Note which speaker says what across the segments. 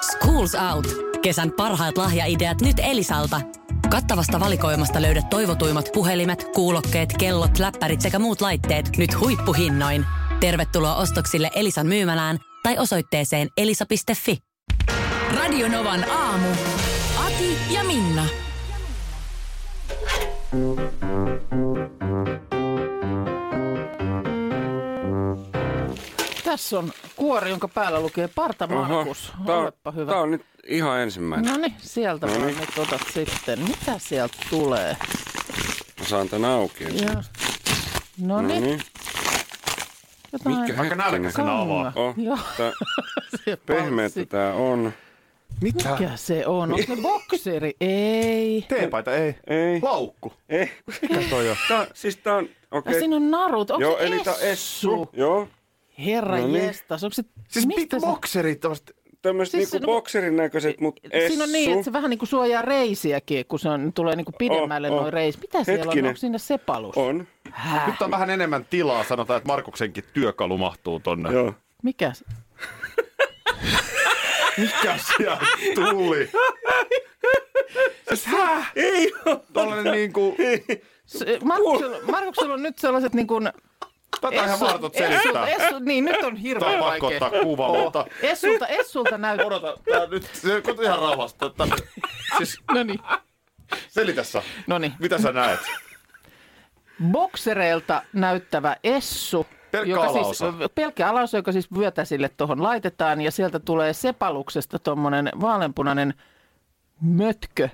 Speaker 1: Schools Out. Kesän parhaat lahjaideat nyt Elisalta. Kattavasta valikoimasta löydät toivotuimmat puhelimet, kuulokkeet, kellot, läppärit sekä muut laitteet nyt huippuhinnoin. Tervetuloa ostoksille Elisan myymälään tai osoitteeseen elisa.fi.
Speaker 2: Radionovan aamu. Ati ja Minna.
Speaker 3: Tässä on kuori, jonka päällä lukee Parta Markus.
Speaker 4: tää, on-
Speaker 3: Olepa hyvä.
Speaker 4: tää on nyt ihan ensimmäinen.
Speaker 3: No niin, sieltä vaan nyt otat sitten. Mitä sieltä tulee?
Speaker 4: Mä saan tän auki.
Speaker 3: Ja. No
Speaker 4: No
Speaker 3: niin,
Speaker 4: niin.
Speaker 3: jotain
Speaker 4: Mikä
Speaker 3: Mikä
Speaker 4: Aika nälkäisenä
Speaker 3: avaa.
Speaker 4: Oh,
Speaker 3: Joo,
Speaker 4: tää,
Speaker 3: se
Speaker 4: pehmeättä
Speaker 3: panssi.
Speaker 4: tää on.
Speaker 5: Mitä?
Speaker 3: Mikä se on? Onko se bokseri? Ei.
Speaker 5: Teepaita ei.
Speaker 4: Ei.
Speaker 5: Laukku.
Speaker 4: Ei.
Speaker 5: Mikä toi on?
Speaker 4: Tää, siis tää on,
Speaker 3: Ja
Speaker 4: okei.
Speaker 3: siinä on narut. Onko
Speaker 4: Joo,
Speaker 3: se
Speaker 4: eli tää on essu. Joo.
Speaker 3: Herra
Speaker 4: No
Speaker 3: no
Speaker 4: niin.
Speaker 3: niin. jestas, onko se...
Speaker 5: Siis
Speaker 3: mistä
Speaker 5: mit
Speaker 3: se-
Speaker 5: bokserit tommoset-
Speaker 4: Tämmöset
Speaker 3: Siis
Speaker 4: niinku
Speaker 3: se-
Speaker 4: bokserin näköiset, mut essu.
Speaker 3: Siinä on niin, että se vähän niin kuin suojaa reisiäkin, kun se on, tulee niin kuin pidemmälle
Speaker 4: Oh,
Speaker 3: oh,
Speaker 4: oh.
Speaker 3: noin reis. Mitä siellä on?
Speaker 4: Hetkinen.
Speaker 3: Onko siinä sepalus?
Speaker 4: On.
Speaker 3: Häh?
Speaker 5: Nyt on vähän enemmän tilaa, sanotaan, että Markuksenkin työkalu mahtuu tonne.
Speaker 4: Joo.
Speaker 3: Mikä? se-
Speaker 5: Mikä sieltä tuli? Siis häh?
Speaker 4: Ei oo.
Speaker 5: Tollanen niinku...
Speaker 3: Se- eh, Markuksella, Markuksella on nyt sellaiset niin kuin...
Speaker 5: Tätä on ihan mahdoton
Speaker 3: essu,
Speaker 5: selittää.
Speaker 3: essu, niin nyt on
Speaker 5: Tää
Speaker 3: hirveän
Speaker 5: on pakko
Speaker 3: vaikea.
Speaker 5: ottaa kuva, mutta...
Speaker 3: Essulta, Essulta näyttää.
Speaker 5: Odota, tää nyt... Se on ihan rauhasta. Tää... Siis
Speaker 3: No niin.
Speaker 5: selitä sä.
Speaker 3: No niin.
Speaker 5: Mitä sä näet?
Speaker 3: Boksereilta näyttävä essu.
Speaker 5: Pelkkä alaosa.
Speaker 3: Siis, pelkkä alaosa, joka siis vyötä sille tuohon laitetaan ja sieltä tulee sepaluksesta tuommoinen vaaleanpunainen mötkö,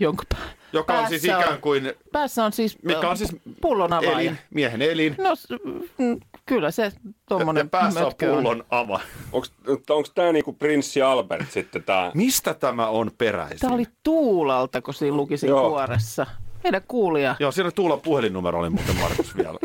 Speaker 3: jonka pää-
Speaker 5: Joka on siis
Speaker 3: päässä
Speaker 5: ikään kuin...
Speaker 3: Päässä on siis,
Speaker 5: Mikä on siis
Speaker 3: pullon avaaja.
Speaker 5: elin, miehen elin.
Speaker 3: No s- mm, kyllä se
Speaker 5: Ja
Speaker 3: tuommoinen
Speaker 5: päässä on
Speaker 3: mötkö
Speaker 5: pullon ava.
Speaker 4: Onks, onks tää niinku prinssi Albert sitten tää?
Speaker 5: Mistä tämä on peräisin?
Speaker 3: Tämä oli Tuulalta, kun siinä luki siinä
Speaker 4: Joo.
Speaker 3: kuoressa. Meidän kuulija.
Speaker 5: Joo, siinä Tuulan puhelinnumero oli muuten Markus vielä.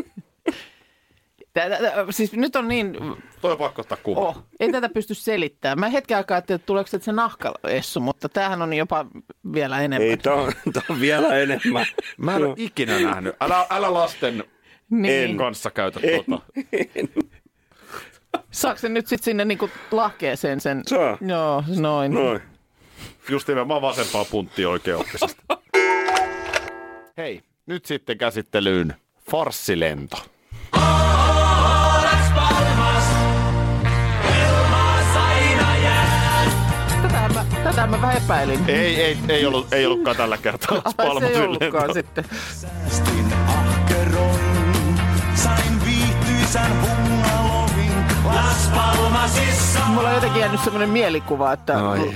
Speaker 3: Tää, tää, tää, siis nyt on niin,
Speaker 5: Toi on pakko ottaa kuva.
Speaker 3: oh, ei tätä pysty selittämään. Mä hetken aikaa ajattelin, että tuleeko sieltä se nahkaessu, mutta tämähän on jopa vielä enemmän.
Speaker 4: Ei, tää on, tää on vielä enemmän.
Speaker 5: Mä en ole ikinä nähnyt. Älä, älä lasten
Speaker 3: niin.
Speaker 5: kanssa käytä tota.
Speaker 3: Saako se nyt sitten sinne niinku lahkeeseen sen?
Speaker 4: Saa.
Speaker 3: Joo, noin.
Speaker 5: No.
Speaker 4: Noin.
Speaker 5: Just nimenomaan vasempaa punttia oikeoppisesti. Hei, nyt sitten käsittelyyn farssilento.
Speaker 3: Tätähän mä, tätähän mä vähän epäilin.
Speaker 5: Ei, ei, ei, ollut, ei ollutkaan tällä kertaa.
Speaker 3: Ai, se ei ollutkaan sitten.
Speaker 6: Säästin ahkeroin, sain viihtyisän hungalovin. Las Palmasissa
Speaker 3: Mulla on jotenkin jäänyt semmoinen mielikuva, että
Speaker 5: Ai,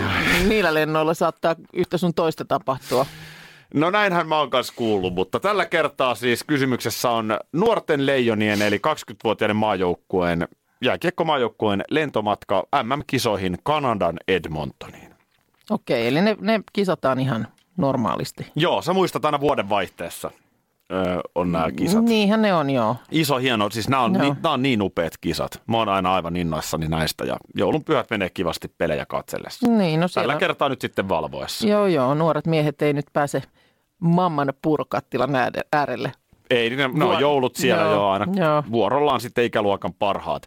Speaker 3: niillä lennoilla saattaa yhtä sun toista tapahtua.
Speaker 5: No näinhän mä oon kanssa kuullut, mutta tällä kertaa siis kysymyksessä on nuorten leijonien eli 20-vuotiaiden maajoukkueen, jääkiekkomaajoukkueen lentomatka MM-kisoihin Kanadan Edmontoniin.
Speaker 3: Okei, eli ne, ne kisataan ihan normaalisti.
Speaker 5: Joo, sä muistat aina vuoden vaihteessa öö, on nämä kisat.
Speaker 3: Niinhän ne on, joo.
Speaker 5: Iso hieno, siis nämä on,
Speaker 3: Joo.
Speaker 5: ni, nää on niin upeat kisat. Mä oon aina aivan innoissani näistä ja joulunpyhät menee kivasti pelejä katsellessa.
Speaker 3: Niin, no
Speaker 5: Tällä
Speaker 3: siellä...
Speaker 5: kertaa nyt sitten valvoessa.
Speaker 3: Joo, joo, nuoret miehet ei nyt pääse mamman purkattilan ääde- äärelle.
Speaker 5: Ei, niin ne, ne
Speaker 3: Vuor-
Speaker 5: on joulut siellä
Speaker 3: Joo,
Speaker 5: joo, jo aina
Speaker 3: joo.
Speaker 5: joo. vuorollaan sitten ikäluokan parhaat.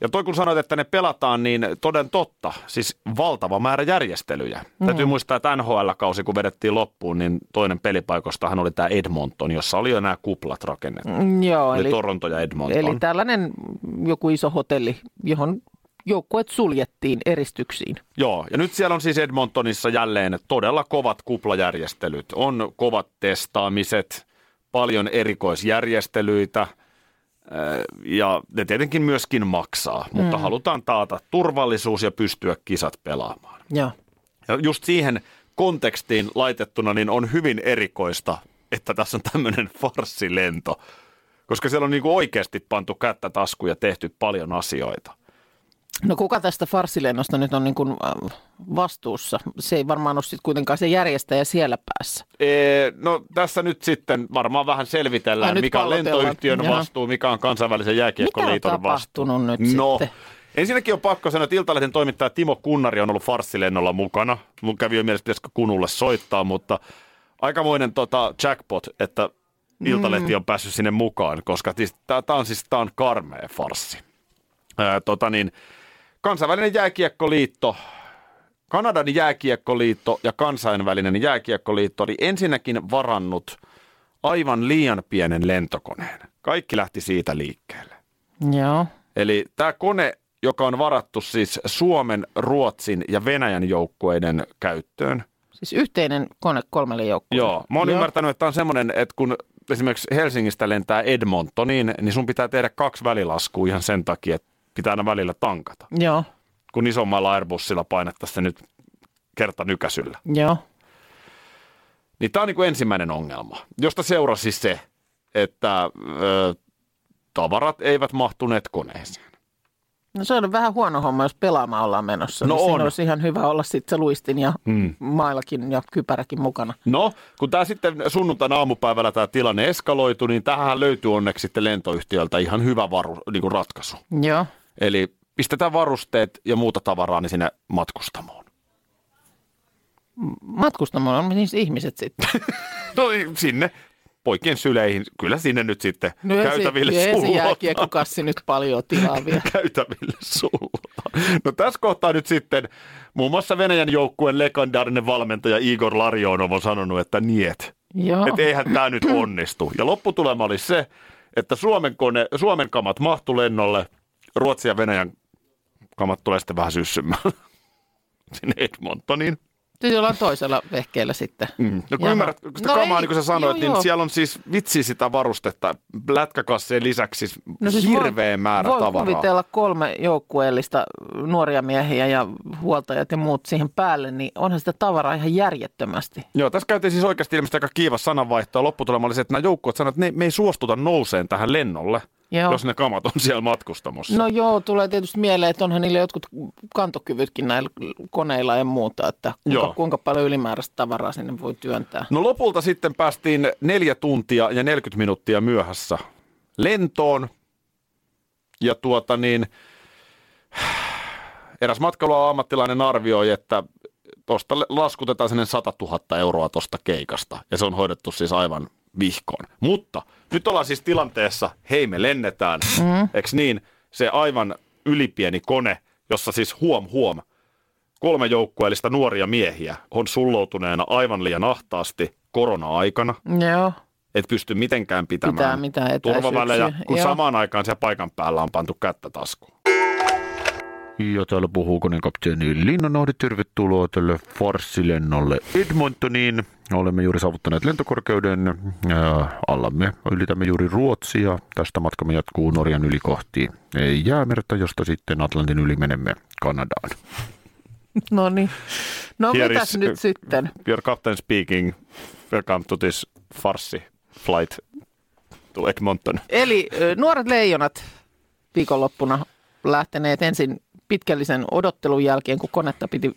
Speaker 5: Ja toi kun sanoit, että ne pelataan, niin toden totta, siis valtava määrä järjestelyjä. Mm. Täytyy muistaa, että NHL-kausi kun vedettiin loppuun, niin toinen pelipaikoistahan oli tämä Edmonton, jossa oli jo nämä kuplat rakennettu. Mm.
Speaker 3: Mm, Joo,
Speaker 5: Eli,
Speaker 3: eli,
Speaker 5: eli Toronto ja Edmonton.
Speaker 3: eli tällainen joku iso hotelli, johon joukkueet suljettiin eristyksiin.
Speaker 5: Joo, ja nyt siellä on siis Edmontonissa jälleen todella kovat kuplajärjestelyt. On kovat testaamiset, paljon erikoisjärjestelyitä äh, ja ne tietenkin myöskin maksaa, mutta mm. halutaan taata turvallisuus ja pystyä kisat pelaamaan.
Speaker 3: Joo.
Speaker 5: Ja just siihen kontekstiin laitettuna niin on hyvin erikoista, että tässä on tämmöinen farssilento, koska siellä on niin oikeasti pantu kättä taskuun ja tehty paljon asioita.
Speaker 3: No kuka tästä farsilennosta nyt on niin kuin äh, vastuussa? Se ei varmaan ole sitten kuitenkaan se järjestäjä siellä päässä.
Speaker 5: Ee, no tässä nyt sitten varmaan vähän
Speaker 3: Ai,
Speaker 5: selvitellään,
Speaker 3: nyt
Speaker 5: mikä on
Speaker 3: pallotellaan.
Speaker 5: lentoyhtiön
Speaker 3: Joo.
Speaker 5: vastuu, mikä on kansainvälisen
Speaker 3: Mitä on
Speaker 5: jääkiekkoliiton vastuu.
Speaker 3: tapahtunut nyt
Speaker 5: no,
Speaker 3: sitten?
Speaker 5: ensinnäkin on pakko sanoa, että Iltalehden toimittaja Timo Kunnari on ollut farssilennolla mukana. Mun kävi jo mielessä, pitäisikö Kunulle soittaa, mutta aikamoinen tota, jackpot, että Iltalehti
Speaker 3: Mm.
Speaker 5: on päässyt sinne mukaan, koska tämä on siis tää on karmea farssi. Ää, tota niin, kansainvälinen jääkiekkoliitto Kanadan jääkiekkoliitto ja kansainvälinen jääkiekkoliitto oli ensinnäkin varannut aivan liian pienen lentokoneen. Kaikki lähti siitä liikkeelle.
Speaker 3: Joo.
Speaker 5: Eli tämä kone, joka on varattu siis Suomen, Ruotsin ja Venäjän joukkueiden käyttöön.
Speaker 3: Siis yhteinen kone kolmelle joukkueelle.
Speaker 5: Joo, mä oon ymmärtänyt, että tämä on semmoinen, että kun esimerkiksi Helsingistä lentää Edmontoniin, niin sun pitää tehdä kaksi välilaskua ihan sen takia, että pitää aina välillä tankata.
Speaker 3: Joo,
Speaker 5: Kun isommalla Airbussilla painettaisiin se nyt kerta nykäsyllä.
Speaker 3: joo.
Speaker 5: Niin tämä on niin ensimmäinen ongelma, josta seurasi se, että ö, tavarat eivät mahtuneet koneeseen.
Speaker 3: No se on vähän huono homma, jos pelaamaan ollaan menossa.
Speaker 5: No
Speaker 3: niin
Speaker 5: on.
Speaker 3: Siinä olisi ihan hyvä olla sitten se luistin ja
Speaker 5: Mm.
Speaker 3: mailakin ja kypäräkin mukana.
Speaker 5: No, kun tämä sitten sunnuntaina aamupäivällä tämä tilanne eskaloitu, niin tähän löytyy onneksi sitten lentoyhtiöltä ihan hyvä varu, niin kuin ratkaisu.
Speaker 3: Joo.
Speaker 5: Eli pistetään varusteet ja muuta tavaraa niin sinne matkustamoon.
Speaker 3: Matkustamolla on niissä ihmiset sitten.
Speaker 5: No niin, sinne poikien syleihin, kyllä sinne nyt sitten no
Speaker 3: ei
Speaker 5: käytäville
Speaker 3: se, ei se
Speaker 5: suulotaan.
Speaker 3: jääkiekkokassi nyt paljon tilaa vielä.
Speaker 5: Käytäville suulotaan. No tässä kohtaa nyt sitten muun muassa Venäjän joukkueen legendaarinen valmentaja Igor Larionov on sanonut, että niet.
Speaker 3: Joo.
Speaker 5: Että eihän tämä nyt onnistu. Ja lopputulema oli se, että Suomen, kone, Suomen kamat mahtu lennolle, Ruotsin ja Venäjän kamat tulee sitten vähän syssymään sinne Edmontoniin.
Speaker 3: Siis ollaan toisella vehkeellä sitten.
Speaker 5: Mm. No kun
Speaker 3: Jaha.
Speaker 5: ymmärrät, kun sitä no
Speaker 3: No
Speaker 5: kamaa,
Speaker 3: ei,
Speaker 5: niin kuin sä sanoit,
Speaker 3: joo,
Speaker 5: niin
Speaker 3: joo.
Speaker 5: siellä on siis vitsi sitä varustetta, lätkäkassien lisäksi siis no siis
Speaker 3: voi-
Speaker 5: hirveä määrä
Speaker 3: voi
Speaker 5: tavaraa.
Speaker 3: kuvitella kolme joukkueellista nuoria miehiä ja huoltajat ja muut siihen päälle, niin onhan sitä tavaraa ihan järjettömästi.
Speaker 5: Joo, tässä käytiin siis oikeasti ilmeisesti aika kiivas sananvaihtoa. Lopputulema oli se, että nämä joukkueet sanoivat, että ne, me ei suostuta nouseen tähän lennolle,
Speaker 3: Joo.
Speaker 5: jos ne kamat on siellä matkustamossa.
Speaker 3: No joo, tulee tietysti mieleen, että onhan niillä jotkut kantokyvytkin näillä koneilla ja muuta, että
Speaker 5: Joo.
Speaker 3: kuinka, kuinka paljon ylimääräistä tavaraa sinne voi työntää.
Speaker 5: No lopulta sitten päästiin neljä tuntia ja 40 minuuttia myöhässä lentoon. Ja tuota niin, eräs matkailuammattilainen arvioi, että tuosta laskutetaan sinne 100 000 euroa tuosta keikasta. Ja se on hoidettu siis aivan vihkoon. Mutta nyt ollaan siis tilanteessa, hei me lennetään, mm. eks niin, se aivan ylipieni kone, jossa siis huom huom, kolme joukkueellista nuoria miehiä on sulloutuneena aivan liian ahtaasti korona-aikana,
Speaker 3: Joo,
Speaker 5: et pysty mitenkään
Speaker 3: pitää
Speaker 5: pitämään
Speaker 3: mitään
Speaker 5: turvavälejä,
Speaker 3: etäisyyksiä.
Speaker 5: kun
Speaker 3: Joo.
Speaker 5: samaan aikaan siellä paikan päällä on pantu kättä taskuun. Ja täällä puhuu koneen kapteeni Linnanahde. Tervetuloa tälle farssilennolle Edmontoniin. Olemme juuri saavuttaneet lentokorkeuden. Äh, allamme ylitämme juuri Ruotsia. Tästä matkamme jatkuu Norjan yli kohti jäämerta, josta sitten Atlantin yli menemme Kanadaan.
Speaker 3: No niin. No
Speaker 5: Here
Speaker 3: mitäs
Speaker 5: is-
Speaker 3: nyt sitten?
Speaker 5: Your captain speaking. Welcome to this farsi flight to Edmonton.
Speaker 3: Eli ö, nuoret leijonat viikonloppuna lähteneet ensin pitkällisen odottelun jälkeen, kun konetta piti...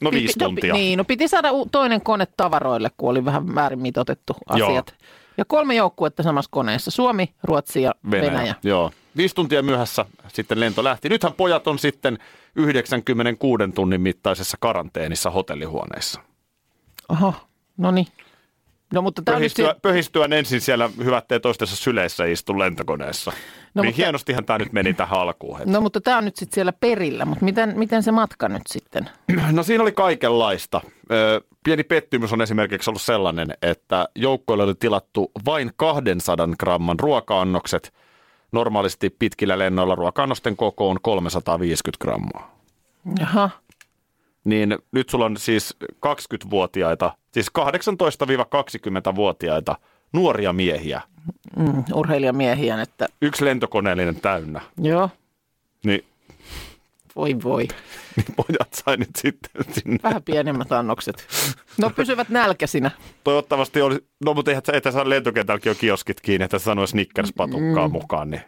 Speaker 5: No
Speaker 3: piti-
Speaker 5: viisi
Speaker 3: no,
Speaker 5: tuntia.
Speaker 3: Niin, no piti saada u- toinen kone tavaroille, kun oli vähän väärin mitotettu
Speaker 5: Joo.
Speaker 3: asiat. Ja kolme joukkuetta samassa koneessa. Suomi, Ruotsi ja Venäjä. Venäjä.
Speaker 5: Joo. Viisi tuntia myöhässä sitten lento lähti. Nythän pojat on sitten 96 tunnin mittaisessa karanteenissa hotellihuoneissa.
Speaker 3: Oho, no niin. No mutta tämä on nyt...
Speaker 5: Pöhistyä,
Speaker 3: Si-
Speaker 5: pöhistyään ensin siellä hyvät tee toistensa syleissä ja istun lentokoneessa. No, niin
Speaker 3: mutta-
Speaker 5: hienostihan tämä nyt meni tähän alkuun. heti.
Speaker 3: No mutta tämä on nyt sitten siellä perillä, mutta miten, miten se matka nyt sitten?
Speaker 5: No siinä oli kaikenlaista. Ö, Pieni pettymys on esimerkiksi ollut sellainen, että joukkoille oli tilattu vain 200 gramman ruoka-annokset. Normaalisti pitkillä lennoilla ruoka-annosten koko on 350 grammaa.
Speaker 3: Jaha,
Speaker 5: Niin nyt sulla on siis 20-vuotiaita, siis 18-20-vuotiaita nuoria miehiä.
Speaker 3: mm, urheilijamiehiä, että
Speaker 5: Yksi lentokoneellinen täynnä.
Speaker 3: joo,
Speaker 5: Niin,
Speaker 3: voi voi.
Speaker 5: niin pojat sai nyt sitten sinne.
Speaker 3: Vähän pienemmät annokset. No pysyvät nälkäsinä.
Speaker 5: Toivottavasti oli, no mutta eihän sä- eihän saa lentokentälläkin jo kioskit kiinni, että sanoa Snickers-patukkaa mm. mukaan, niin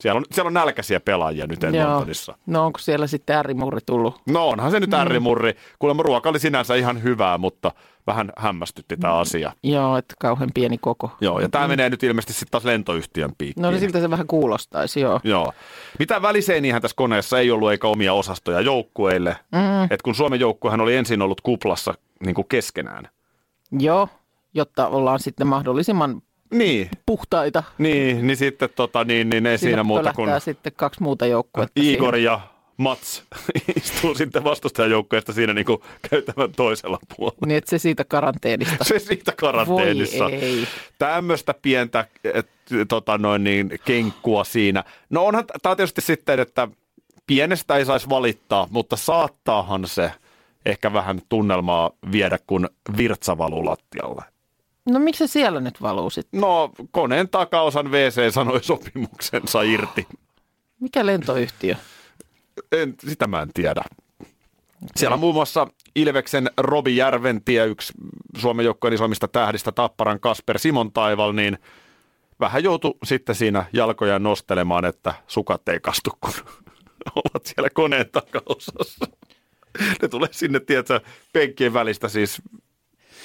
Speaker 5: siellä on, siellä on nälkäisiä pelaajia nyt Edmontonissa.
Speaker 3: No onko siellä sitten äärimurri tullut?
Speaker 5: No onhan se
Speaker 3: Mm.
Speaker 5: nyt ärrimurri. Kuulemma ruoka oli sinänsä ihan hyvää, mutta vähän hämmästytti
Speaker 3: Mm.
Speaker 5: tämä asia.
Speaker 3: Joo, että kauhean pieni koko.
Speaker 5: Joo, ja tämä menee nyt ilmeisesti sitten taas lentoyhtiön piikkiin.
Speaker 3: Mm. No niin siltä se vähän kuulostaisi, joo.
Speaker 5: Joo. Mitä väliseiniähän tässä koneessa ei ollut eikä omia osastoja joukkueille. Mm. Et kun Suomen joukkuehan oli ensin ollut kuplassa niin kuin keskenään.
Speaker 3: Joo, jotta ollaan sitten mahdollisimman
Speaker 5: Niin,
Speaker 3: puhtaita.
Speaker 5: niin, niin sitten tota, niin, niin ei siinä, siinä muuta kuin
Speaker 3: pölähtää sitten kaksi muuta joukkuetta.
Speaker 5: Igor ja Mats istuu sitten vastustajajoukkueesta siinä niin kuin käytävän toisella puolella.
Speaker 3: Niin, että se siitä karanteenista.
Speaker 5: Se siitä karanteenissa.
Speaker 3: Voi ei.
Speaker 5: Tämmöistä pientä et, tota noin niin, kenkkua siinä. No onhan, tämä on tietysti sitten, että pienestä ei saisi valittaa, mutta saattaahan se ehkä vähän tunnelmaa viedä, kun virtsa valuu lattialle.
Speaker 3: No miksi se siellä nyt valuu sitten?
Speaker 5: No, koneen takaosan WC sanoi sopimuksensa irti.
Speaker 3: Mikä lentoyhtiö?
Speaker 5: En, sitä mä en tiedä. Siellä on muun muassa Ilveksen Robi Järventie, yksi Suomen joukkueen isoimmista tähdistä, Tapparan Kasper Simon Taival, niin vähän joutu sitten siinä jalkoja nostelemaan, että sukat ei kastu, kun ovat siellä koneen takaosassa. Ne tulee sinne, tiedätkö, penkkien välistä siis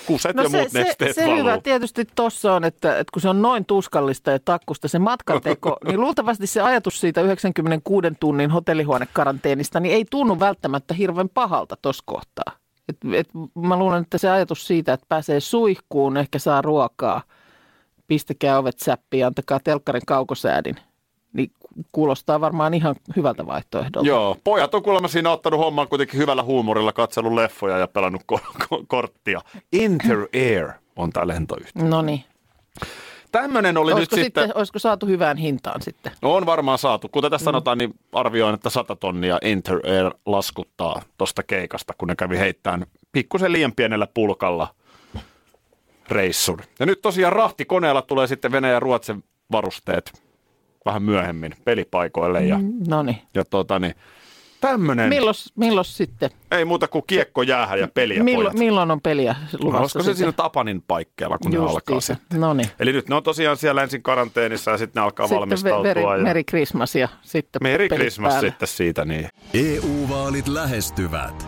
Speaker 5: kuset ja muut
Speaker 3: No se,
Speaker 5: nesteet
Speaker 3: se
Speaker 5: valuu.
Speaker 3: hyvä tietysti tuossa on, että, että kun se on noin tuskallista ja takkusta se matkanteko, niin luultavasti se ajatus siitä 96 tunnin hotellihuonekaranteenista niin ei tunnu välttämättä hirveän pahalta tuossa kohtaa. Et, et, mä luulen, että se ajatus siitä, että pääsee suihkuun, ehkä saa ruokaa, pistäkää ovet säppiin, antakaa telkkarin kaukosäädin, niin kuulostaa varmaan ihan hyvältä vaihtoehdolta.
Speaker 5: Joo, pojat on kuulemma siinä ottanut homman kuitenkin hyvällä huumorilla, katsellut leffoja ja pelannut ko- ko- korttia. Interair on tämä lentoyhtiö.
Speaker 3: No niin.
Speaker 5: Tämmöinen oli
Speaker 3: Olisiko,
Speaker 5: nyt
Speaker 3: sitten,
Speaker 5: sitten,
Speaker 3: sitten, olisiko saatu hyvään hintaan sitten?
Speaker 5: No on varmaan saatu. Kuten tässä sanotaan, niin arvioin, että 100 tonnia Interair laskuttaa tuosta keikasta, kun ne kävi heittämään pikkusen liian pienellä pulkalla reissun. Ja nyt tosiaan rahtikoneella tulee sitten Venäjän ja Ruotsin varusteet vähän myöhemmin pelipaikoille ja, mm.
Speaker 3: No niin.
Speaker 5: ja tota niin, tämmöinen.
Speaker 3: Millos, millos sitten?
Speaker 5: Ei muuta kuin kiekko jäähän ja peliä
Speaker 3: Millo,
Speaker 5: pojat.
Speaker 3: milloin on peliä luvassa?
Speaker 5: Olisiko se siinä Tapanin paikkeilla, kun ne alkaa se?
Speaker 3: No niin.
Speaker 5: Eli nyt ne on tosiaan siellä ensin karanteenissa ja sitten ne alkaa sitten
Speaker 3: Sitten
Speaker 5: valmistautua.
Speaker 3: ve- veri,
Speaker 5: ja...
Speaker 3: Merry Christmas ja sitten
Speaker 5: Merry
Speaker 3: pelit
Speaker 5: Christmas
Speaker 3: päälle.
Speaker 5: sitten siitä, niin.
Speaker 7: EU-vaalit E lähestyvät.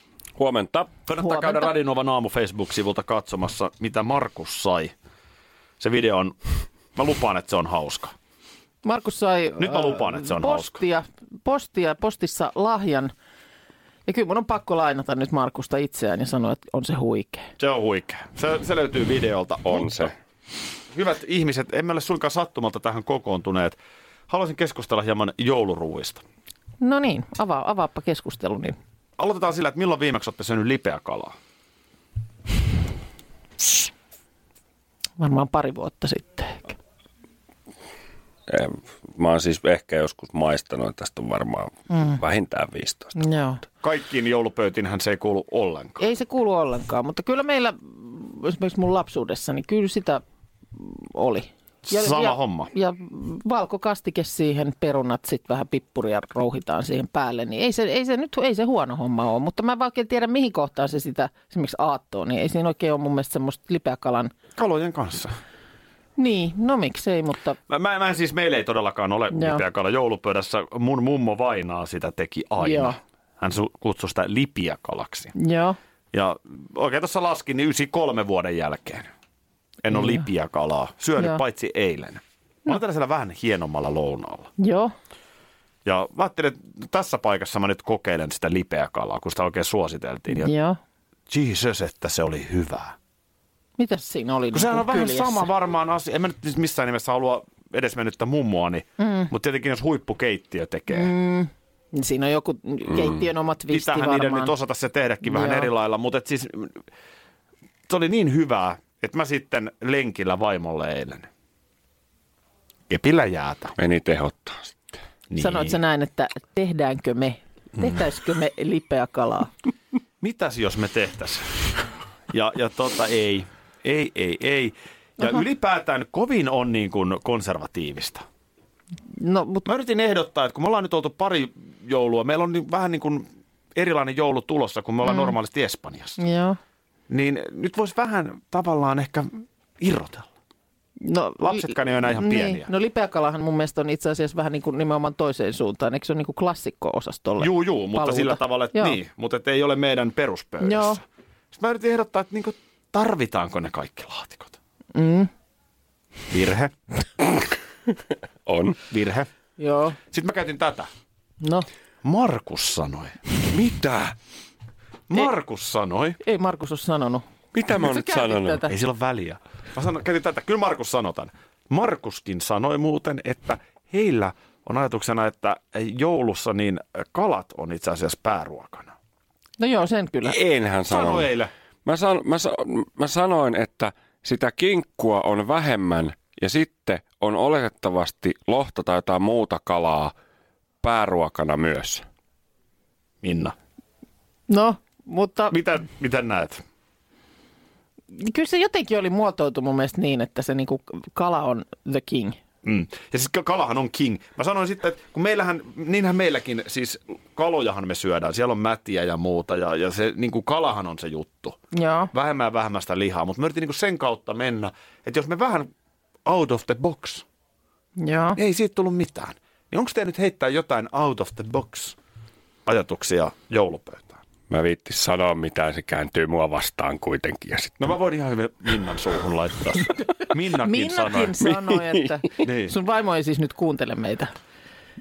Speaker 4: Huomenta.
Speaker 5: Kannattaa
Speaker 3: Huomenta.
Speaker 5: käydä Radinovan aamu Facebook-sivulta katsomassa, mitä Markus sai. Se video on, mä lupaan, että se on hauska.
Speaker 3: Markus sai
Speaker 5: Nyt mä
Speaker 3: äh,
Speaker 5: lupaan, että se on
Speaker 3: postia, postia, postissa lahjan. Ja kyllä mun on pakko lainata nyt Markusta itseään ja sanoa, että on se huikea.
Speaker 5: Se on huikea. Se, se löytyy videolta.
Speaker 4: On se.
Speaker 5: Hyvät ihmiset, emme ole suinkaan sattumalta tähän kokoontuneet. Haluaisin keskustella hieman jouluruuista.
Speaker 3: No niin, avaa, avaappa keskustelu. Niin.
Speaker 5: Aloitetaan sillä, että milloin viimeksi olette syönyt lipeä kalaa?
Speaker 3: Varmaan pari vuotta sitten. ehkä.
Speaker 4: Eh, Mä oon siis ehkä joskus maistanut, että tästä on varmaan mm. vähintään 15.
Speaker 3: Joo.
Speaker 5: Kaikkiin joulupöytiinhän se ei kuulu ollenkaan.
Speaker 3: Ei se kuulu ollenkaan, mutta kyllä meillä mm, esimerkiksi mun lapsuudessa, niin kyllä sitä mm, oli.
Speaker 5: Sama homma.
Speaker 3: Ja valkokastike siihen, perunat sitten vähän pippuria rouhitaan siihen päälle, niin ei se, ei se nyt ei se huono homma ole. Mutta mä en vaan oikein tiedä, mihin kohtaan se sitä esimerkiksi aattoon, niin ei siinä oikein ole mun mielestä semmoista lipeäkalan.
Speaker 5: Kalojen kanssa.
Speaker 3: Niin, no miksei, mutta
Speaker 5: Mä, mä, mä en siis, meillä ei todellakaan ole
Speaker 3: Joo.
Speaker 5: lipiäkala joulupöydässä. Mun mummo Vainaa sitä teki aina.
Speaker 3: Joo.
Speaker 5: Hän su- kutsui sitä lipiäkalaksi.
Speaker 3: joo.
Speaker 5: Ja oikein tässä laskin, niin 93 vuoden jälkeen en ole lipiäkalaa syönyt
Speaker 3: Joo. No.
Speaker 5: paitsi eilen. Mä olen tällaisella vähän hienommalla lounaalla.
Speaker 3: Joo,
Speaker 5: Ja mä ajattelin, että tässä paikassa mä nyt kokeilen sitä lipeäkalaa, kun sitä oikein suositeltiin. Ja
Speaker 3: joo.
Speaker 5: Jesus, että se oli hyvää.
Speaker 3: Mitäs siinä oli? niinku
Speaker 5: Kun No sehän on vähän sama varmaan asia. En mä nyt siis missään nimessä halua edesmennyttä mummoani, mm. mutta tietenkin jos huippukeittiö tekee, mm,
Speaker 3: Niin Siinä on joku keittiön oma
Speaker 5: niin
Speaker 3: twisti
Speaker 5: tähän niiden
Speaker 3: varmaan.
Speaker 5: nyt osata se tehdäkin vähän
Speaker 3: Joo.
Speaker 5: eri lailla. Mutta et siis, se oli niin hyvää, että mä sitten lenkillä vaimolle eilen. Kepillä jäätä.
Speaker 4: Meni tehottaa sitten.
Speaker 5: Niin. Mm.
Speaker 3: Sanoit sä näin, että tehdäänkö me, tehtäisikö me lipeä kalaa?
Speaker 5: mitäs jos me tehtäisiin? Ja, ja tota, ei, ei, ei, ei. Ja Aha. ylipäätään kovin on niin kuin konservatiivista.
Speaker 3: No, mutta
Speaker 5: Mä yritin ehdottaa, että kun me ollaan nyt oltu pari joulua, meillä on niin, vähän niin kuin erilainen joulu tulossa, kun me ollaan mm. normaalisti Espanjassa.
Speaker 3: joo.
Speaker 5: Niin nyt voisi vähän tavallaan ehkä irrotella.
Speaker 3: No,
Speaker 5: Lapsetkaan ei ole enää ihan
Speaker 3: niin.
Speaker 5: pieniä.
Speaker 3: No lipeäkalahan mun mielestä on itse asiassa vähän niin kuin nimenomaan toiseen suuntaan. Eikö se ole niin kuin klassikko-osastolle
Speaker 5: Juu, juu, mutta
Speaker 3: paluuta?
Speaker 5: sillä tavalla, että
Speaker 3: Joo.
Speaker 5: niin, mutta et ei ole meidän peruspöydässä.
Speaker 3: Joo.
Speaker 5: Sitten mä yritin ehdottaa, että niin kuin, tarvitaanko ne kaikki laatikot. Mm. Virhe,
Speaker 4: On.
Speaker 5: virhe.
Speaker 3: Joo,
Speaker 5: Sitten mä käytin tätä.
Speaker 3: no.
Speaker 5: Markus sanoi. Mitä? Markus sanoi.
Speaker 3: Ei Markus ole sanonut.
Speaker 4: Mitä mä oon nyt
Speaker 3: käytit
Speaker 4: sanonut?
Speaker 3: tätä?
Speaker 5: Ei sillä ole väliä. Mä sanon, käytin tätä. Kyllä Markus sanotan. Markuskin sanoi muuten, että heillä on ajatuksena, että joulussa niin kalat on itse asiassa pääruokana.
Speaker 3: No joo, sen kyllä.
Speaker 4: Enhän
Speaker 5: Sano
Speaker 4: sanonut.
Speaker 5: eilen.
Speaker 4: Mä, san, mä, sa, mä sanoin, että sitä kinkkua on vähemmän ja sitten on oletettavasti lohta tai jotain muuta kalaa pääruokana myös.
Speaker 5: Minna.
Speaker 3: No, mutta
Speaker 5: Mitä, mitä näet?
Speaker 3: kyllä se jotenkin oli muotoiltu mun mielestä niin, että se niin kuin kala on the king.
Speaker 5: Mm. Ja siis ka- kalahan on king. Mä sanoin sitten, että kun meillähän, niinhän meilläkin, siis kalojahan me syödään. Siellä on mätiä ja muuta ja, ja se niin kuin kalahan on se juttu.
Speaker 3: Joo.
Speaker 5: vähemmän ja vähemmän sitä lihaa, mutta mä yritin niinku sen kautta mennä, että jos me vähän out of the box,
Speaker 3: Joo.
Speaker 5: niin ei siitä tullut mitään. Niin onko te nyt heittää jotain out of the box ajatuksia joulupöytään?
Speaker 4: Mä viitti sanoa mitään, se kääntyy mua vastaan kuitenkin. Ja sit,
Speaker 5: No mä voin ihan hyvin Minnan suuhun laittaa.
Speaker 3: Minnakin
Speaker 5: Minnakin, Minnakin sanoi.
Speaker 3: sanoi, että
Speaker 5: Niin.
Speaker 3: sun vaimo ei siis nyt kuuntele meitä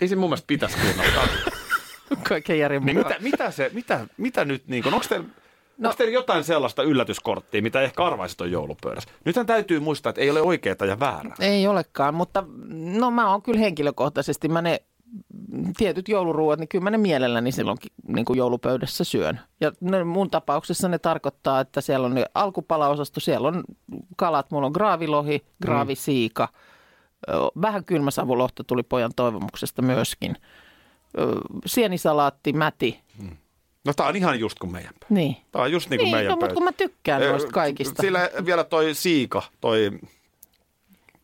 Speaker 5: Ei se mun mielestä pitäisi kuunnella.
Speaker 3: kaiken järjen
Speaker 5: niin
Speaker 3: mukaan.
Speaker 5: mitä, mitä, se, mitä, mitä nyt, niin onko teillä, no. onko teillä jotain sellaista yllätyskorttia, mitä ehkä arvaisit on joulupöydässä? Nythän täytyy muistaa, että ei ole oikeaa ja väärää.
Speaker 3: Ei olekaan, mutta no mä oon kyllä henkilökohtaisesti, mä ne tietyt jouluruuat, niin kyllä mä ne mielelläni silloin niin kuin joulupöydässä syön. Ja ne, mun tapauksessa ne tarkoittaa, että siellä on ne alkupalaosasto, siellä on kalat, mulla on
Speaker 5: Mm.
Speaker 3: graavilohi, graavisiika, ö, vähän kylmäsavulohta tuli pojan toivomuksesta myöskin, Ö, sienisalaatti, mäti,
Speaker 5: No tää on ihan just kuin meidän pöytä.
Speaker 3: niin.
Speaker 5: Tää on just niin kuin
Speaker 3: Niin,
Speaker 5: meidän
Speaker 3: no, mutta
Speaker 5: pöytä.
Speaker 3: kun mä tykkään
Speaker 5: Ö,
Speaker 3: noista kaikista.
Speaker 5: Sillä vielä toi siika, toi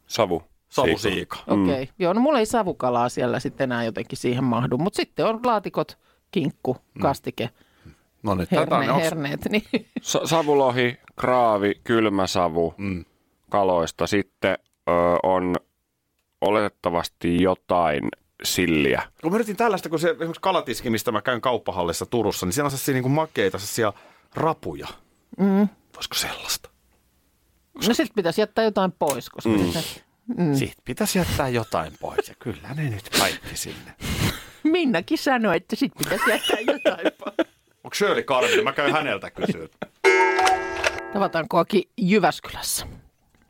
Speaker 4: savu.
Speaker 5: savusiika.
Speaker 3: Okei, okay. joo, no mulla ei savukalaa siellä sitten enää jotenkin siihen mahdu, mutta sitten on laatikot, kinkku, kastike,
Speaker 5: No nyt tätä
Speaker 3: herne,
Speaker 5: Mm. on, onks,
Speaker 3: herneet, niin
Speaker 4: Sa- savulohi, kraavi, kylmä savu mm. kaloista. Sitten ö, on oletettavasti jotain silliä.
Speaker 5: kun mä yritin tällaista, kun se esimerkiksi kalatiski, mistä mä käyn kauppahallissa Turussa, niin siellä on sellaisia niin kuin makeita, sellaisia rapuja. Mm. Voisiko sellaista?
Speaker 3: no sitten pitäisi jättää jotain pois, koska mm. se,
Speaker 5: Mm. Siitä pitäisi jättää jotain pois, ja kyllä ne nyt kaikki sinne.
Speaker 3: Minnakin sanoi, että sitten pitäisi jättää jotain pois.
Speaker 5: Onko Shirley Karvi? Mä käyn häneltä kysyä.
Speaker 3: Tavataanko Aki Jyväskylässä?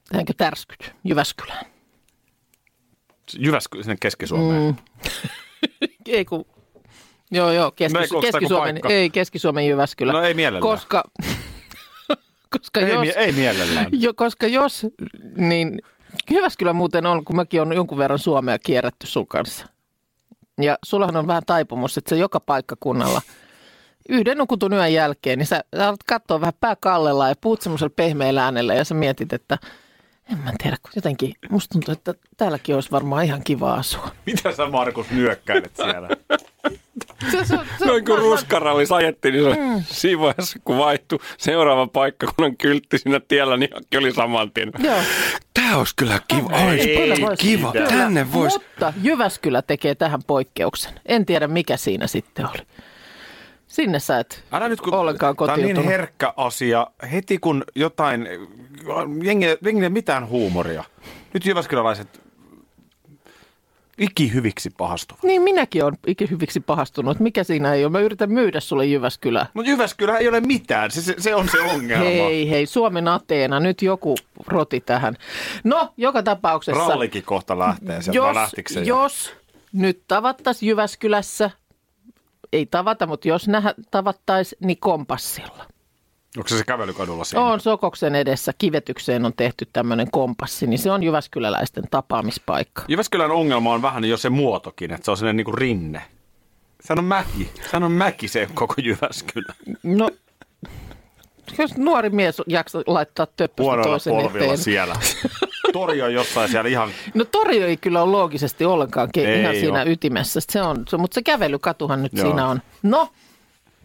Speaker 3: Tehdäänkö tärskyt Jyväskylään?
Speaker 5: Jyväskylä sinne Keski-Suomeen. Mm.
Speaker 3: Ei kun, joo joo,
Speaker 5: No
Speaker 3: Keski,
Speaker 5: ei, kun onks tää
Speaker 3: Keski-Suomen,
Speaker 5: kun paikka?
Speaker 3: ei Keski-Suomen Jyväskylä.
Speaker 5: No ei mielellään.
Speaker 3: Koska, koska
Speaker 5: Ei,
Speaker 3: jos...
Speaker 5: mie- ei mielellään.
Speaker 3: Jo, koska jos, niin Jyväskylä muuten on, kun mäkin on jonkun verran Suomea kierrätty sun kanssa. Ja sullahan on vähän taipumus, että se joka paikkakunnalla yhden nukutun yön jälkeen, niin sä, sä alat katsoa vähän pääkallella ja puhut semmoisella pehmeällä äänellä ja sä mietit, että en mä tiedä, kun jotenkin musta tuntuu, että täälläkin olisi varmaan ihan kiva asua.
Speaker 5: Mitä sä Markus nyökkäilet siellä?
Speaker 3: Se, se, se,
Speaker 4: Noin kun ruskarallis ajettiin, niin se oli siinä vaiheessa, kun vaihtui seuraava paikka, kun on kyltti siinä tiellä, niin Aki oli saman tien.
Speaker 3: Joo,
Speaker 4: Tää olisi kyllä kiva. Ois
Speaker 3: kyllä
Speaker 4: ei,
Speaker 3: vois.
Speaker 4: kiva.
Speaker 3: Kyllä.
Speaker 4: Tänne voisi.
Speaker 3: Mutta Jyväskylä tekee tähän poikkeuksen. En tiedä, mikä siinä sitten oli. Sinne sä et
Speaker 5: Älä nyt, kun
Speaker 3: ollenkaan
Speaker 5: tää on
Speaker 3: kotiutunut.
Speaker 5: niin herkkä asia. Heti kun jotain, jengi, jengi ei mitään huumoria. Nyt jyväskyläläiset ikihyviksi pahastuva.
Speaker 3: Niin minäkin olen ikihyviksi pahastunut. Mikä siinä ei ole? Mä yritän myydä sulle Jyväskylää.
Speaker 5: No Jyväskylä ei ole mitään, se, se, se on se ongelma.
Speaker 3: Hei, hei, Suomen Ateena. Nyt joku roti tähän. No, joka tapauksessa.
Speaker 5: Rallikin kohta lähtee sieltä, vai lähtikö se
Speaker 3: jos,
Speaker 5: jo?
Speaker 3: jos nyt tavattaisiin Jyväskylässä, ei tavata, mutta jos nähä, tavattaisiin, niin kompassilla.
Speaker 5: Onko se se kävelykadulla siinä?
Speaker 3: On Sokoksen edessä, kivetykseen on tehty tämmöinen kompassi, niin se on jyväskyläläisten tapaamispaikka.
Speaker 5: Jyväskylän ongelma on vähän jo se muotokin, että se on sellainen niin kuin rinne. Sano mäki. Sano mäki se koko Jyväskylä.
Speaker 3: No, jos nuori mies jaksa laittaa töppöstä
Speaker 5: Huonoilla
Speaker 3: toisen
Speaker 5: polvilla
Speaker 3: eteen.
Speaker 5: siellä. Tori on jossain siellä ihan...
Speaker 3: No Torjo ei kyllä ole loogisesti ollenkaan ke-
Speaker 5: Ei
Speaker 3: ihan
Speaker 5: oo.
Speaker 3: siinä ytimessä, se on, se, mutta se kävelykatuhan nyt
Speaker 5: Joo.
Speaker 3: siinä on. No,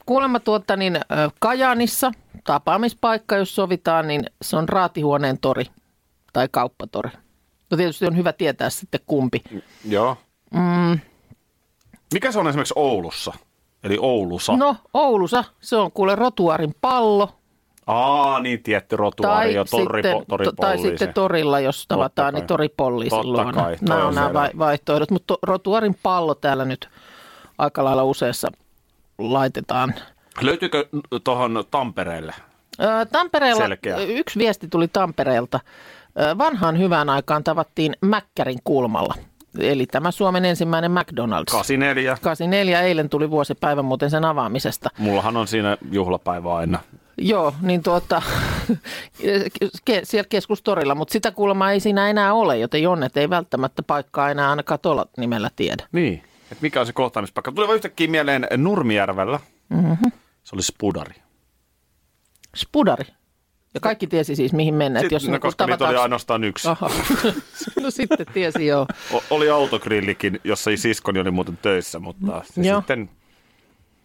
Speaker 3: kuulemma tuota niin ö, Kajaanissa tapaamispaikka, jos sovitaan, niin se on Raatihuoneen tori tai Kauppatori. No tietysti on hyvä tietää sitten kumpi.
Speaker 5: Joo. Mm. Mikä se on esimerkiksi Oulussa? Eli Oulussa.
Speaker 3: No Oulussa, se on kuule Rotuarin pallo.
Speaker 5: Aa, niin tietty rotuari ja torri,
Speaker 3: sitten,
Speaker 5: tori
Speaker 3: to- tai sitten torilla, jos tavataan,
Speaker 5: kai.
Speaker 3: niin toripolliisin
Speaker 5: Totta
Speaker 3: luona.
Speaker 5: kai, toi
Speaker 3: Nämä
Speaker 5: on
Speaker 3: on nämä
Speaker 5: selvä.
Speaker 3: vai- vaihtoehdot, mutta rotuarin pallo täällä nyt aika lailla useassa laitetaan.
Speaker 5: Löytyykö tuohon Tampereelle?
Speaker 3: Ö, Tampereella,
Speaker 5: Selkeä.
Speaker 3: yksi viesti tuli Tampereelta. Ö, Vanhaan hyvään aikaan tavattiin Mäkkärin kulmalla, eli tämä Suomen ensimmäinen McDonald's.
Speaker 5: 84.
Speaker 3: 84 eilen tuli vuosipäivä muuten sen avaamisesta.
Speaker 5: Mullahan on siinä juhlapäivä aina.
Speaker 3: Joo, niin tuota, ke, siellä keskustorilla, mutta sitä kuulemma ei siinä enää ole, joten Jonnet ei välttämättä paikkaa enää ainakaan tuolla nimellä tiedä.
Speaker 5: Niin. Et mikä on se kohtaamispaikka? Tuli vaan yhtäkkiä mieleen Nurmijärvellä. Mm-hmm. Se oli Spudari.
Speaker 3: Spudari. Ja kaikki tiesi siis, mihin mennä. että
Speaker 5: Sitten,
Speaker 3: jos
Speaker 5: no,
Speaker 3: niinku
Speaker 5: koska niitä oli
Speaker 3: tavataan-
Speaker 5: ainoastaan yksi.
Speaker 3: Aha. No sitten tiesi, joo.
Speaker 5: O- oli autogrillikin, jossa ei siskoni oli muuten töissä, mutta se
Speaker 3: Mm. Joo.
Speaker 5: sitten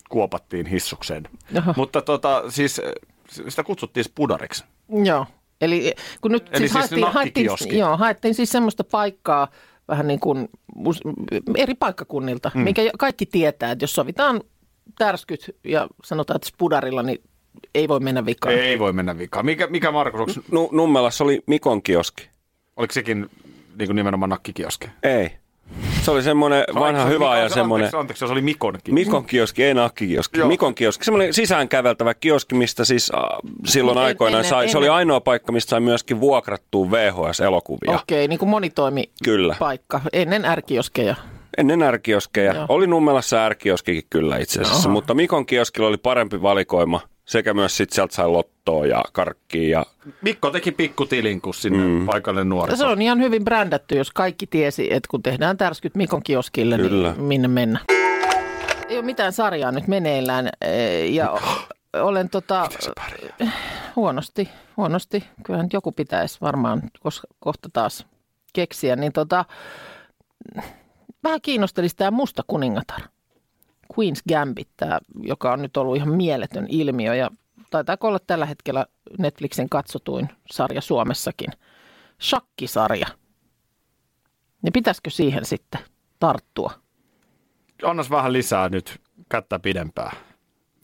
Speaker 5: kuopattiin hissukseen.
Speaker 3: Aha.
Speaker 5: Mutta tota, siis eh, sitä kutsuttiin Spudariksi.
Speaker 3: Joo. Eli kun nyt
Speaker 5: Eli siis se
Speaker 3: haettiin, haettiin,
Speaker 5: nakkikioski.
Speaker 3: joo, haettiin siis semmoista paikkaa vähän niin kuin us- eri paikkakunnilta, mm. minkä jo- kaikki tietää, että jos sovitaan tärskyt ja sanotaan, että spudarilla, niin ei voi mennä vikaan.
Speaker 5: Ei voi mennä vikaan. Mikä, mikä Markus, onks,
Speaker 4: Nu- Nummelassa oli Mikon kioski.
Speaker 5: oliko sekin niin kuin nimenomaan nakkikioski?
Speaker 4: Ei. Se oli semmoinen vanha
Speaker 5: Anteeksi,
Speaker 4: hyvä
Speaker 5: Mikon-
Speaker 4: ajan semmoinen.
Speaker 5: Anteeksi, anteeksi, se oli Mikonkin.
Speaker 4: Mikon kioski, ei nakkikioski.
Speaker 5: Joo.
Speaker 4: Mikon kioski, semmoinen sisäänkäveltävä kioski, mistä siis äh, silloin
Speaker 3: En-
Speaker 4: aikoinaan
Speaker 3: ennen-
Speaker 4: sai, se oli
Speaker 3: ennen-
Speaker 4: ainoa paikka, mistä sai myöskin vuokrattua VHS-elokuvia.
Speaker 3: Okei, niin kuin monitoimi
Speaker 4: Kyllä.
Speaker 3: paikka ennen ärkioskeja.
Speaker 4: Ennen R-kioskeja.
Speaker 3: Joo.
Speaker 4: Oli Nummelassa R-kioskikin kyllä itse asiassa, mutta Mikon kioskilla oli parempi valikoima. Sekä myös sit sieltä sai lottoa ja karkkia ja
Speaker 5: Mikko teki pikkutilin, kun sinne mm. paikalle nuori.
Speaker 3: Se on ihan hyvin brändätty, jos kaikki tiesi, että kun tehdään tärskyt Mikon kioskille,
Speaker 4: Kyllä.
Speaker 3: niin minne mennä. Ei ole mitään sarjaa nyt meneillään eh, ja o- olen tota, huonosti, huonosti. Kyllähän nyt joku pitäisi varmaan koska, kohta taas keksiä. Niin tota, vähän kiinnostelisi tämä musta kuningatar. Queen's Gambit, tää, joka on nyt ollut ihan mieletön ilmiö ja taitaako olla tällä hetkellä Netflixin katsotuin sarja Suomessakin. Shakkisarja. Niin pitäisikö siihen sitten tarttua?
Speaker 5: Annas vähän lisää nyt kättä pidempää.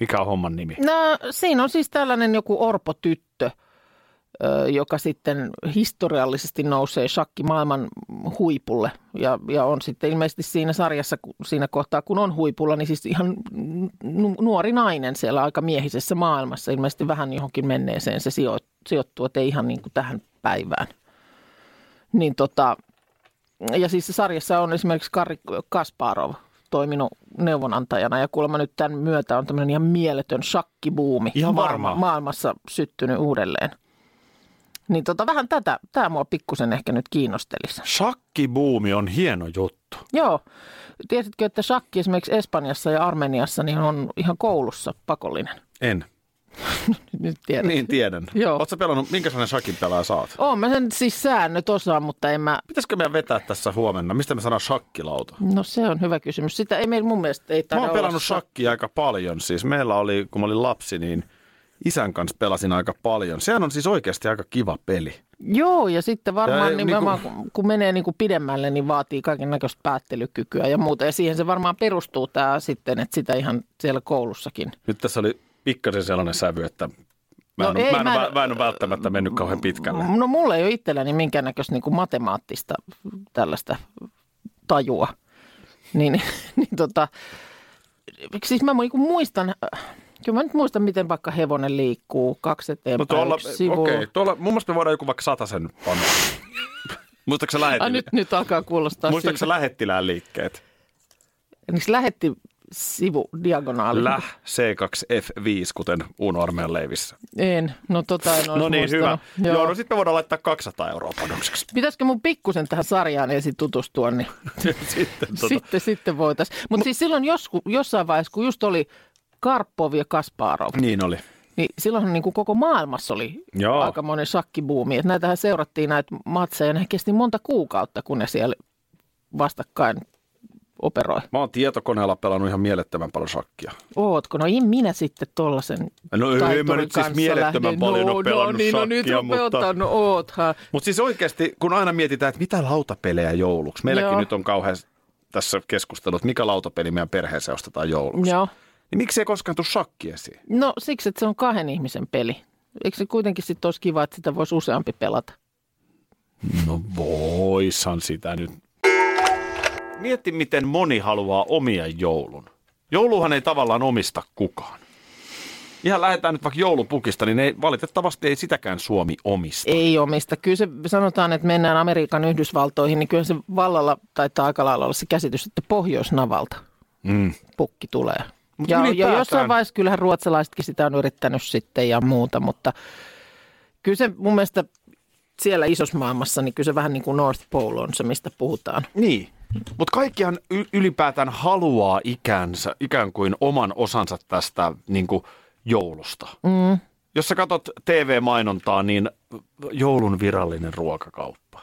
Speaker 5: Mikä on homman nimi?
Speaker 3: No siinä on siis tällainen joku orpotyttö, ö, joka sitten historiallisesti nousee shakki maailman huipulle. Ja, ja on sitten ilmeisesti siinä sarjassa, ku- siinä kohtaa kun on huipulla, niin siis ihan nu- nuori nainen siellä aika miehisessä maailmassa. Ilmeisesti vähän johonkin menneeseen se sijo- sijoittuu, että ei ihan niin kuin tähän päivään. Niin tota, ja siis sarjassa on esimerkiksi Kari Kasparov toiminut neuvonantajana ja kuulemma nyt tämän myötä on tämmöinen ihan mieletön shakkibuumi
Speaker 5: Ihan
Speaker 3: maailma-
Speaker 5: varmaan.
Speaker 3: maailmassa syttynyt uudelleen. Niin tota, vähän tätä, tämä mua pikkusen ehkä nyt kiinnostelisi.
Speaker 5: Shakkibuumi on hieno juttu.
Speaker 3: Joo. Tiesitkö, että shakki esimerkiksi Espanjassa ja Armeniassa niin on ihan koulussa pakollinen?
Speaker 5: En.
Speaker 3: Nyt tiedän.
Speaker 5: Niin, tiedän.
Speaker 3: Joo.
Speaker 5: Oletko pelannut, minkä sellainen shakin pelaaja sä oot?
Speaker 3: Oon mä sen siis säännöt osaan, mutta en mä...
Speaker 5: Pitäisikö meidän vetää tässä huomenna? Mistä me saadaan shakkilauta?
Speaker 3: No se on hyvä kysymys. Sitä ei meillä mun mielestä ei
Speaker 5: Mä
Speaker 3: taida
Speaker 5: oon
Speaker 3: olla
Speaker 5: pelannut
Speaker 3: shak-
Speaker 5: shakkia aika paljon. Siis meillä oli, kun mä olin lapsi, niin isän kanssa pelasin aika paljon. Sehän on siis oikeasti aika kiva peli.
Speaker 3: Joo, ja sitten varmaan
Speaker 5: Ja niinku- ei-
Speaker 3: ja, nimenomaan, niin kun... kun menee niin kuin pidemmälle, niin vaatii kaiken näköistä päättelykykyä ja muuta. Ja siihen se varmaan perustuu tämä sitten, että sitä ihan siellä koulussakin.
Speaker 5: Nyt tässä oli pikkasen sellainen sävy, että mä en,
Speaker 3: No
Speaker 5: no
Speaker 3: ei,
Speaker 5: mä en,
Speaker 3: mä en-
Speaker 5: mä en, mä en ole välttämättä mennyt kauhean pitkälle.
Speaker 3: No mulla ei ole itselläni minkäännäköistä niin kuin matemaattista niinku tällaista tajua. Niin, niin tota, siis mä niinku muistan, kyllä mä nyt muistan, miten vaikka hevonen liikkuu, kaksi
Speaker 5: No
Speaker 3: eteenpäin,
Speaker 5: tuolla,
Speaker 3: yksi sivuun.
Speaker 5: okei, tuolla, mun mielestä me voidaan joku vaikka sen panna. Muistatko sä
Speaker 3: Ah,
Speaker 5: lähetin,
Speaker 3: nyt, nyt alkaa kuulostaa
Speaker 5: muistatko sä lähettilään liikkeet?
Speaker 3: Niin se lähetti sivu diagonaali.
Speaker 5: Läh C2F5, kuten Uno Armeen leivissä.
Speaker 3: en. No tota en
Speaker 5: No
Speaker 3: ois
Speaker 5: niin, hyvä.
Speaker 3: muistanut.
Speaker 5: Joo. Joo, no sitten me voidaan laittaa 200 euroa panokseksi.
Speaker 3: Pitäisikö mun pikkusen tähän sarjaan ensin tutustua, niin
Speaker 5: sitten, tota,
Speaker 3: sitten, sitten voitaisiin. Mutta siis silloin josku, jossain vaiheessa, kun just oli Karpov ja Kasparov,
Speaker 5: Niin oli.
Speaker 3: niin silloinhan niin kuin koko maailmassa oli
Speaker 5: Joo.
Speaker 3: aika monen shakkibuumi. Et näitähän seurattiin näitä matseja, ne kesti monta kuukautta, kun ne siellä vastakkain operoi.
Speaker 5: Mä oon tietokoneella pelannut ihan mielettömän paljon shakkia.
Speaker 3: Ootko? No en minä sitten tollasen
Speaker 5: No ei mä
Speaker 3: taiturin
Speaker 5: nyt siis
Speaker 3: kanssa
Speaker 5: mielettömän
Speaker 3: lähdin.
Speaker 5: paljon
Speaker 3: no,
Speaker 5: ole pelannut
Speaker 3: no, niin, no, nyt
Speaker 5: shakkia,
Speaker 3: rupeaa
Speaker 5: mutta-
Speaker 3: ottaa, no oothan.
Speaker 5: Mutta siis oikeasti, kun aina mietitään, että mitä lautapelejä jouluksi. Meilläkin
Speaker 3: Joo.
Speaker 5: Joo. nyt on kauhean tässä keskustelu, että mikä lautapeli meidän perheessä ostetaan jouluksi.
Speaker 3: Joo.
Speaker 5: Niin miksi ei koskaan tule shakki esiin?
Speaker 3: No siksi, että se on kahden ihmisen peli. Eikö se kuitenkin sitten olisi kiva, että sitä voisi useampi pelata?
Speaker 5: No voisan sitä nyt. Mieti, miten moni haluaa omia joulun. Jouluhan ei tavallaan omista kukaan. Ihan lähdetään nyt vaikka joulupukista, niin ei, valitettavasti ei sitäkään Suomi omista.
Speaker 3: Ei omista. Kyllä se sanotaan, että mennään Amerikan Yhdysvaltoihin, niin kyllä se vallalla taitaa aika lailla olla se käsitys, että pohjoisnavalta
Speaker 5: Mm.
Speaker 3: pukki tulee.
Speaker 5: Mut
Speaker 3: Ja, ja
Speaker 5: ylipäätään-
Speaker 3: jossain vaiheessa kyllähän ruotsalaisetkin sitä on yrittänyt sitten ja muuta, mutta kyllä se mun mielestä siellä isossa maailmassa, niin kyllä se vähän niin kuin North Pole on se, mistä puhutaan.
Speaker 5: Niin. Mutta kaikkihan y- ylipäätään haluaa ikänsä, ikään kuin oman osansa tästä niin kuin joulusta. Mm. Jos sä katsot TV-mainontaa, niin joulun virallinen ruokakauppa.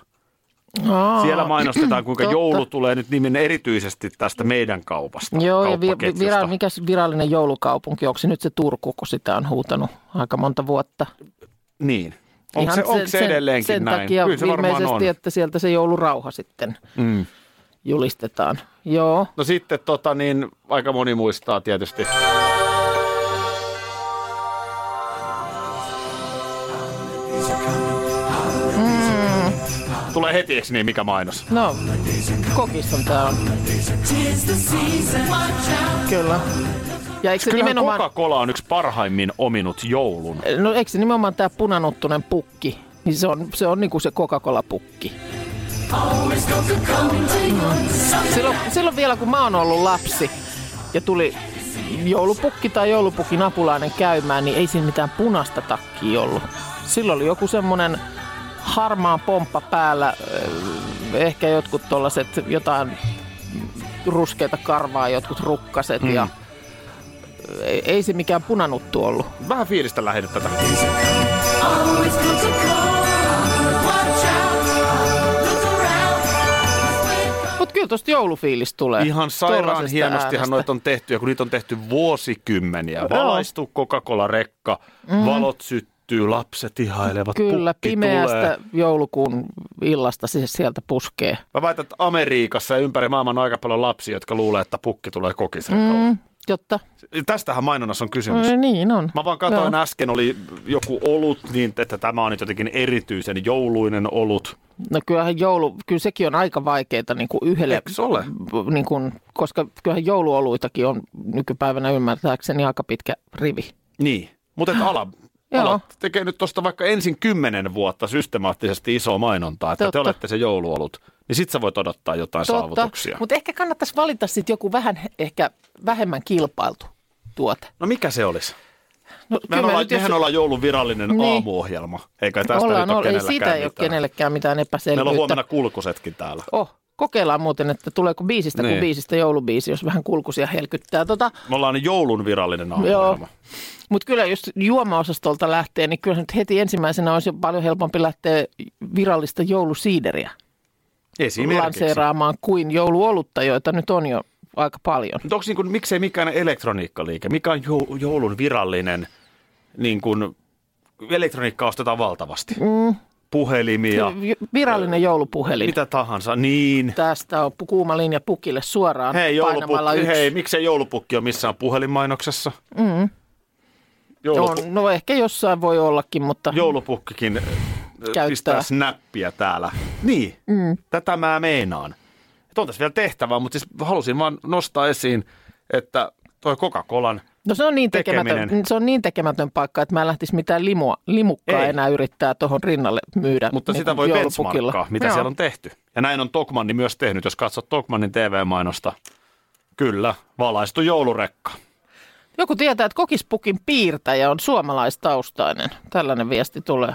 Speaker 3: Aa,
Speaker 5: Siellä mainostetaan, kuinka
Speaker 3: totta.
Speaker 5: joulu tulee nyt nimen erityisesti tästä meidän kaupasta.
Speaker 3: Joo, ja vi- vi-
Speaker 5: kauppaketjusta.
Speaker 3: vira- mikäs virallinen joulukaupunki, onko se nyt se Turku, kun sitä on huutanut aika monta vuotta?
Speaker 5: Niin. Onko se, onko se
Speaker 3: sen-
Speaker 5: edelleenkin
Speaker 3: sen
Speaker 5: näin?
Speaker 3: takia
Speaker 5: Kyllä se varmaan
Speaker 3: ilmeisesti,
Speaker 5: on.
Speaker 3: että sieltä se joulurauha sitten
Speaker 5: Mm.
Speaker 3: julistetaan. Joo.
Speaker 5: No sitten tota, niin, aika moni muistaa tietysti. Tulee heti, eikö niin, mikä mainos?
Speaker 3: No, kokiston tämä on. Kyllä. Ja eikö se
Speaker 5: Kyllä
Speaker 3: nimenomaan...
Speaker 5: Coca-Cola on yksi parhaimmin ominut joulun.
Speaker 3: No eikö se nimenomaan tämä punanuttunen pukki? Niin se on, se on niinku se Coca-Cola-pukki. Silloin, silloin vielä kun mä oon ollut lapsi ja tuli joulupukki tai joulupukin apulainen käymään, niin ei siinä mitään punaista takkia ollut. Silloin oli joku semmonen harmaa pomppa päällä, ö, ehkä jotkut tollaset jotain ruskeita karvaa, jotkut rukkaset mm. ja ei, ei se mikään punanuttu ollut.
Speaker 5: Vähän fiilistä lähdet tätä.
Speaker 3: Mutta kyllä tosta joulufiilis tulee.
Speaker 5: Ihan sairaan
Speaker 3: Tollasesta
Speaker 5: hienostihan
Speaker 3: äänestä.
Speaker 5: noita on tehty, ja kun niitä on tehty vuosikymmeniä. Valaistu Coca-Cola-rekka, valot syttyy, lapset ihailevat,
Speaker 3: Mhm. Kyllä,
Speaker 5: pukki
Speaker 3: pimeästä
Speaker 5: tulee.
Speaker 3: joulukuun illasta se sieltä puskee.
Speaker 5: Mä väitän, että Amerikassa ja ympäri maailman on aika paljon lapsia, jotka luulee, että pukki tulee kokisen
Speaker 3: Mm, jotta.
Speaker 5: Tästähän mainonnassa on kysymys.
Speaker 3: No, niin on.
Speaker 5: Siis- Mä vaan katsoin
Speaker 3: Joo.
Speaker 5: äsken, oli joku olut, niin että tämä on nyt jotenkin erityisen jouluinen olut.
Speaker 3: No kyllähän joulu, kyllä sekin on aika vaikeaa niin kuin yhdelle,
Speaker 5: Eiks ole?
Speaker 3: niin kuin, koska kyllähän jouluoluitakin on nykypäivänä ymmärtääkseni aika pitkä rivi.
Speaker 5: Niin. Mutta et ala,
Speaker 3: Joo.
Speaker 5: ala tekee nyt tuosta vaikka ensin kymmenen vuotta systemaattisesti isoa mainontaa, että
Speaker 3: Totta.
Speaker 5: te olette se jouluolut. Niin sit sä voit odottaa jotain saavutuksia.
Speaker 3: mutta ehkä kannattaisi valita sitten joku vähän ehkä vähemmän kilpailtu tuote.
Speaker 5: No mikä se olisi?
Speaker 3: No,
Speaker 5: Mehän,
Speaker 3: mä
Speaker 5: ollaan,
Speaker 3: nyt jos-
Speaker 5: mehän ollaan joulun virallinen
Speaker 3: Niin.
Speaker 5: aamuohjelma, eikä tästä
Speaker 3: ollaan, ollaan,
Speaker 5: nyt ole
Speaker 3: ei,
Speaker 5: kenelläkään
Speaker 3: siitä ei ole
Speaker 5: mitään.
Speaker 3: kenellekään mitään epäselvyyttä.
Speaker 5: Meillä on huomenna kulkusetkin täällä.
Speaker 3: Oh, kokeillaan muuten, että tuleeko biisistä niin. kuin
Speaker 5: Niin.
Speaker 3: biisistä joulubiisi, jos vähän kulkusia helkyttää. Tota,
Speaker 5: Me ollaan joulun virallinen aamuohjelma.
Speaker 3: Mutta kyllä jos juomaosastolta lähtee, niin kyllä nyt heti ensimmäisenä olisi jo paljon helpompi lähteä virallista joulusiideriä
Speaker 5: Esimerkiksi.
Speaker 3: lanseeraamaan kuin jouluolutta, joita nyt on jo aika paljon.
Speaker 5: Mutta onko niin kuin, miksei mikään elektroniikkaliike? Mikä on jou- joulun virallinen, niin kuin, elektroniikkaa ostetaan valtavasti. Mm. Puhelimia,
Speaker 3: Vi- Virallinen joulupuhelin.
Speaker 5: mitä tahansa, niin.
Speaker 3: Tästä on pu- kuuma linja pukille suoraan
Speaker 5: Hei,
Speaker 3: painamalla
Speaker 5: joulupukki,
Speaker 3: yksi.
Speaker 5: hei, miksei joulupukki ole missään puhelinmainoksessa? Mm. Joulupu-
Speaker 3: on, no ehkä jossain voi ollakin, mutta
Speaker 5: Joulupukkikin äh,
Speaker 3: Käyttää.
Speaker 5: pistää snappia täällä. Niin, mm. tätä mä meinaan. Et on tässä vielä tehtävää, mutta siis halusin vaan nostaa esiin, että toi Coca-Colan
Speaker 3: No se on niin tekemätön,
Speaker 5: Tekeminen.
Speaker 3: se on niin tekemätön paikka, että mä en lähtisi mitään limua, limukkaa
Speaker 5: Ei.
Speaker 3: enää yrittää tuohon rinnalle myydä.
Speaker 5: Mutta
Speaker 3: niin
Speaker 5: sitä
Speaker 3: kuin
Speaker 5: voi
Speaker 3: joulupukilla.
Speaker 5: benchmarkkaa, mitä
Speaker 3: Joo.
Speaker 5: siellä on tehty. Ja näin on Tokmanni myös tehnyt, jos katsot Tokmannin TV-mainosta. Kyllä, valaistu joulurekka.
Speaker 3: Joku tietää, että kokispukin piirtäjä on suomalaistaustainen. Tällainen viesti tulee.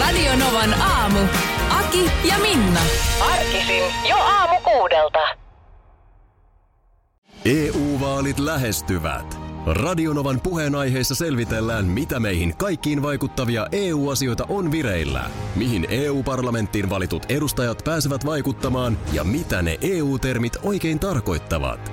Speaker 1: Radio Novan aamu. Aki ja Minna.
Speaker 8: Arkisin jo aamu kuudelta.
Speaker 7: EU-vaalit E lähestyvät. Radionovan puheenaiheessa selvitellään, mitä meihin kaikkiin vaikuttavia EU-asioita on vireillä, mihin EU-parlamenttiin valitut edustajat pääsevät vaikuttamaan ja mitä ne EU-termit oikein tarkoittavat.